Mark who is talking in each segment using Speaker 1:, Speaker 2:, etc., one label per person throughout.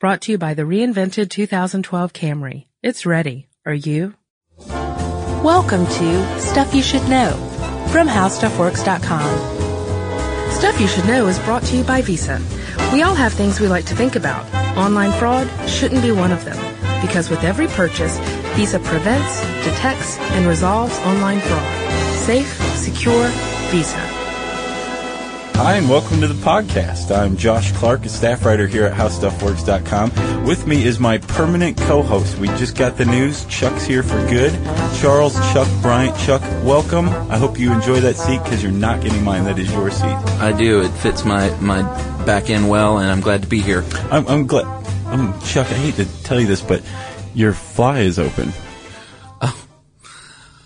Speaker 1: Brought to you by the reinvented 2012 Camry. It's ready. Are you? Welcome to Stuff You Should Know from HowStuffWorks.com. Stuff You Should Know is brought to you by Visa. We all have things we like to think about. Online fraud shouldn't be one of them because with every purchase, Visa prevents, detects, and resolves online fraud. Safe, secure, Visa.
Speaker 2: Hi, and welcome to the podcast. I'm Josh Clark, a staff writer here at HowStuffWorks.com. With me is my permanent co host. We just got the news. Chuck's here for good. Charles, Chuck, Bryant, Chuck, welcome. I hope you enjoy that seat because you're not getting mine. That is your seat.
Speaker 3: I do. It fits my, my back end well, and I'm glad to be here.
Speaker 2: I'm, I'm glad. I'm, Chuck, I hate to tell you this, but your fly is open.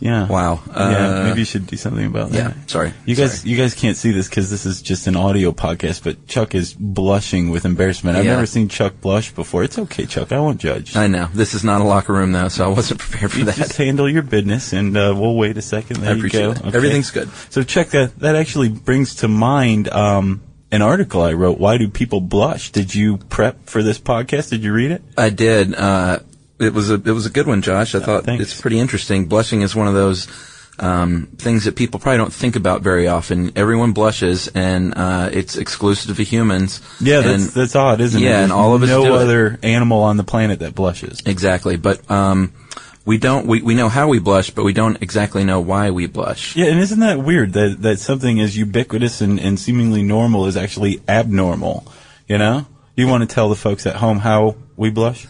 Speaker 2: Yeah.
Speaker 3: Oh. Wow.
Speaker 2: yeah,
Speaker 3: Uh,
Speaker 2: maybe you should do something about that.
Speaker 3: yeah, Uh, sorry.
Speaker 2: You guys, you guys can't see this because this is just an audio podcast. But Chuck is blushing with embarrassment. I've
Speaker 3: Yeah.
Speaker 2: never seen Chuck blush before. It's okay, Chuck. I won't judge.
Speaker 3: I know. This is not a locker room, though, so I wasn't prepared for
Speaker 2: you
Speaker 3: that.
Speaker 2: just handle your business, and uh, we'll wait a second. There
Speaker 3: I appreciate
Speaker 2: you
Speaker 3: it.
Speaker 2: go. Okay.
Speaker 3: Everything's good.
Speaker 2: So Chuck, that that actually brings to mind um, an article I wrote. Why do people blush? Did you prep for this podcast? Did you read it?
Speaker 3: I did. Uh, it was a it was a good one, Josh. I thought
Speaker 2: thanks.
Speaker 3: it's pretty interesting. Blushing is one of those um, things that people probably don't think about very often. Everyone blushes, and uh, it's exclusive to humans.
Speaker 2: Yeah,
Speaker 3: and,
Speaker 2: that's that's odd, isn't it?
Speaker 3: yeah,
Speaker 2: There's
Speaker 3: and all of us
Speaker 2: No
Speaker 3: do it.
Speaker 2: other animal on the planet that blushes.
Speaker 3: exactly. But um, we don't we, we know how we blush, but we don't exactly know why we blush.
Speaker 2: Yeah, and isn't that weird that, that something as ubiquitous and, and seemingly normal is actually abnormal? You know? You want to tell the folks at home how we blush?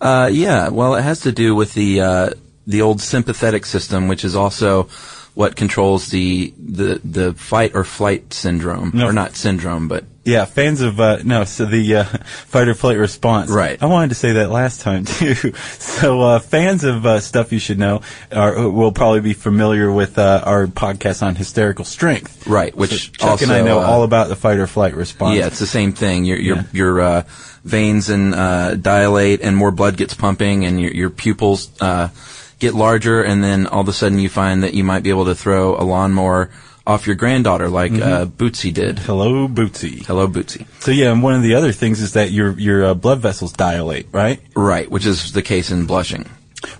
Speaker 3: Uh, yeah, well, it has to do with the uh, the old sympathetic system, which is also what controls the the the fight or flight syndrome,
Speaker 2: No.
Speaker 3: or not syndrome, but
Speaker 2: Yeah, fans of, uh, no, so the uh, fight or flight response.
Speaker 3: Right.
Speaker 2: I wanted to say that last time, too. So uh, fans of uh, Stuff You Should Know are, will probably be familiar with uh, our podcast on hysterical strength.
Speaker 3: right, which
Speaker 2: Chuck
Speaker 3: also
Speaker 2: and I know
Speaker 3: uh,
Speaker 2: all about the fight or flight response.
Speaker 3: Yeah, it's the same thing. Your your
Speaker 2: Yeah.
Speaker 3: your uh, veins and uh, dilate, and more blood gets pumping, and your your pupils uh, get larger, and then all of a sudden you find that you might be able to throw a lawnmower off your granddaughter, like uh, Bootsy did.
Speaker 2: Hello, Bootsy.
Speaker 3: Hello, Bootsy.
Speaker 2: So yeah, and one of the other things is that your your uh, blood vessels dilate, right?
Speaker 3: Right, which is the case in blushing.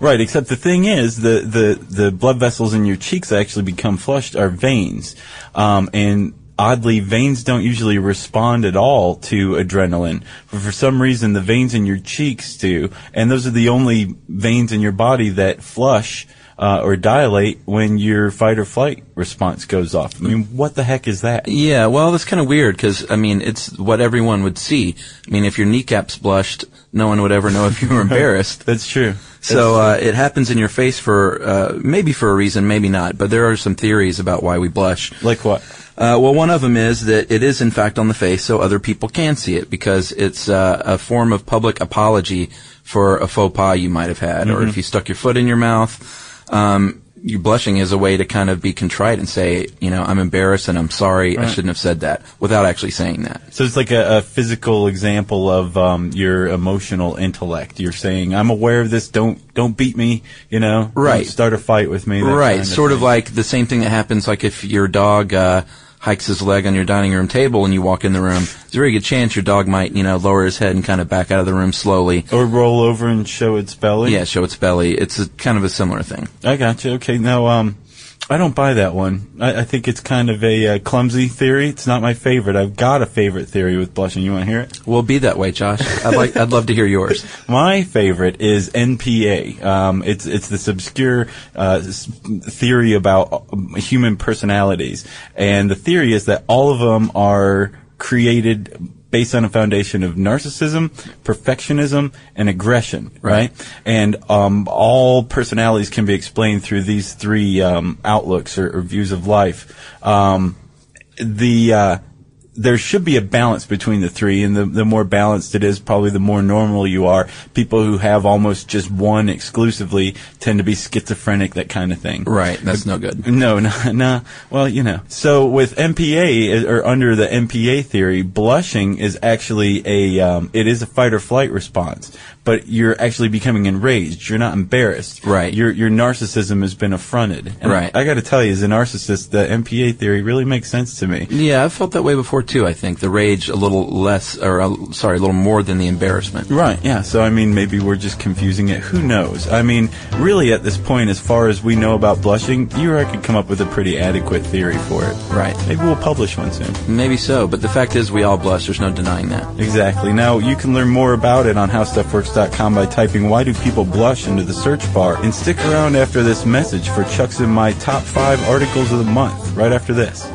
Speaker 2: Right, except the thing is, the, the, the blood vessels in your cheeks that actually become flushed are veins. Um, and oddly, veins don't usually respond at all to adrenaline. But for some reason, the veins in your cheeks do. And those are the only veins in your body that flush uh, or dilate when your fight or flight response goes off. I mean, what the heck is that?
Speaker 3: Yeah, well, that's kind of weird because I mean, it's what everyone would see. I mean, if your kneecaps blushed, no one would ever know if you were embarrassed.
Speaker 2: That's true.
Speaker 3: So uh, it happens in your face for uh, maybe for a reason, maybe not. But there are some theories about why we blush.
Speaker 2: Like what?
Speaker 3: Uh, well, one of them is that it is in fact on the face, so other people can see it because it's uh, a form of public apology for a faux pas you might have had, or
Speaker 2: Mm-hmm.
Speaker 3: if you stuck your foot in your mouth. Um, you blushing is a way to kind of be contrite and say, you know, I'm embarrassed and I'm sorry. I shouldn't have said that without actually saying that.
Speaker 2: So it's like a, a physical example of um, your emotional intellect. You're saying, "I'm aware of this. Don't don't beat me. You know,
Speaker 3: Right.
Speaker 2: Don't start a fight with me. that
Speaker 3: right.
Speaker 2: kind of
Speaker 3: sort of
Speaker 2: thing.
Speaker 3: like the same thing that happens, like if your dog uh, hikes his leg on your dining room table and you walk in the room, there's a very good chance your dog might, you know, lower his head and kind of back out of the room slowly.
Speaker 2: or roll over and show its belly.
Speaker 3: Yeah, show its belly. It's a, kind of a similar thing.
Speaker 2: I got you. Okay, now um, I don't buy that one. I, I think it's kind of a uh, clumsy theory. It's not my favorite. I've got a favorite theory with blushing. You want to hear it?
Speaker 3: Well, be that way, Josh. I'd like, I'd love to hear yours.
Speaker 2: My favorite is NPA. Um, it's it's this obscure uh, s- theory about um, human personalities, and the theory is that all of them are created based on a foundation of narcissism, perfectionism, and aggression. Right, and um, all personalities can be explained through these three um, outlooks or, or views of life. Um, the uh, there should be a balance between the three, and the, the more balanced it is, probably the more normal you are. People who have almost just one exclusively tend to be schizophrenic, that kind of thing.
Speaker 3: Right. That's no good.
Speaker 2: No, no, no. Well, you know. So with MPA or under the MPA theory, blushing is actually a um, it is a fight or flight response, but you're actually becoming enraged. You're not embarrassed.
Speaker 3: Right.
Speaker 2: Your your narcissism has been affronted. And
Speaker 3: Right.
Speaker 2: I, got to tell you, as a narcissist, the MPA theory really makes sense to me.
Speaker 3: Yeah, I've felt that way before II, I think. The rage a little less, or uh, sorry, a little more than the embarrassment.
Speaker 2: Right, yeah. So, I mean, maybe we're just confusing it. Who knows? I mean, really, at this point, as far as we know about blushing, you or I could come up with a pretty adequate theory for it.
Speaker 3: Right.
Speaker 2: Maybe we'll publish one soon.
Speaker 3: Maybe so, but the fact is, we all blush. There's no denying that.
Speaker 2: Exactly. Now, you can learn more about it on howstuffworks.com by typing Why Do People Blush into the search bar and stick around after this message for Chuck's and my top five articles of the month right after this.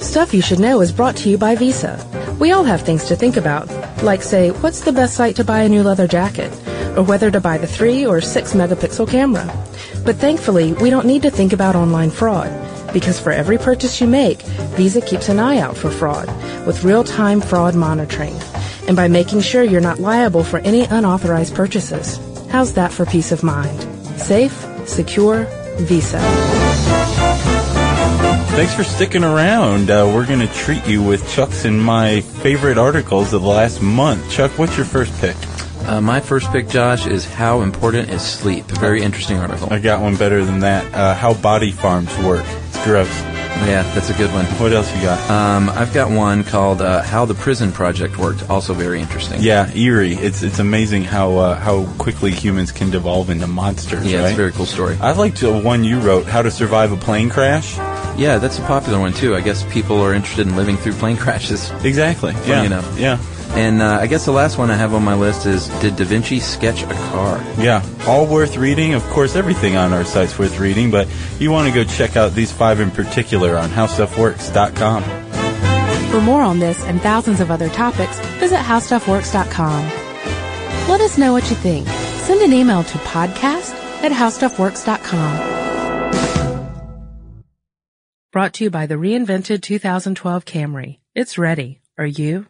Speaker 1: Stuff You Should Know is brought to you by Visa. We all have things to think about, like, say, what's the best site to buy a new leather jacket, or whether to buy the 3 or 6 megapixel camera. But thankfully, we don't need to think about online fraud, because for every purchase you make, Visa keeps an eye out for fraud with real time fraud monitoring, and by making sure you're not liable for any unauthorized purchases. How's that for peace of mind? Safe, secure, Visa.
Speaker 2: Thanks for sticking around. Uh, we're going to treat you with Chuck's and my favorite articles of the last month. Chuck, what's your first pick?
Speaker 3: Uh, my first pick, Josh, is How Important is Sleep? A very interesting article.
Speaker 2: I got one better than that. Uh, how body farms work. It's gross.
Speaker 3: Yeah, that's a good one.
Speaker 2: What else you got?
Speaker 3: Um, I've got one called uh, How the Prison Project Worked, also very interesting.
Speaker 2: yeah, eerie. It's it's amazing how uh, how quickly humans can devolve into monsters.
Speaker 3: Yeah,
Speaker 2: right?
Speaker 3: it's a very cool story.
Speaker 2: I liked the one you wrote, How to Survive a Plane Crash.
Speaker 3: Yeah, that's a popular one, too. I guess people are interested in living through plane crashes.
Speaker 2: Exactly. yeah.
Speaker 3: enough.
Speaker 2: Yeah.
Speaker 3: And uh, I guess the last one I have on my list is Did Da Vinci Sketch a Car?
Speaker 2: Yeah, all worth reading. Of course, everything on our site's worth reading, but you want to go check out these five in particular on howstuffworks.com.
Speaker 1: For more on this and thousands of other topics, visit howstuffworks.com. Let us know what you think. Send an email to podcast at howstuffworks.com. Brought to you by the reinvented 2012 Camry. It's ready. Are you?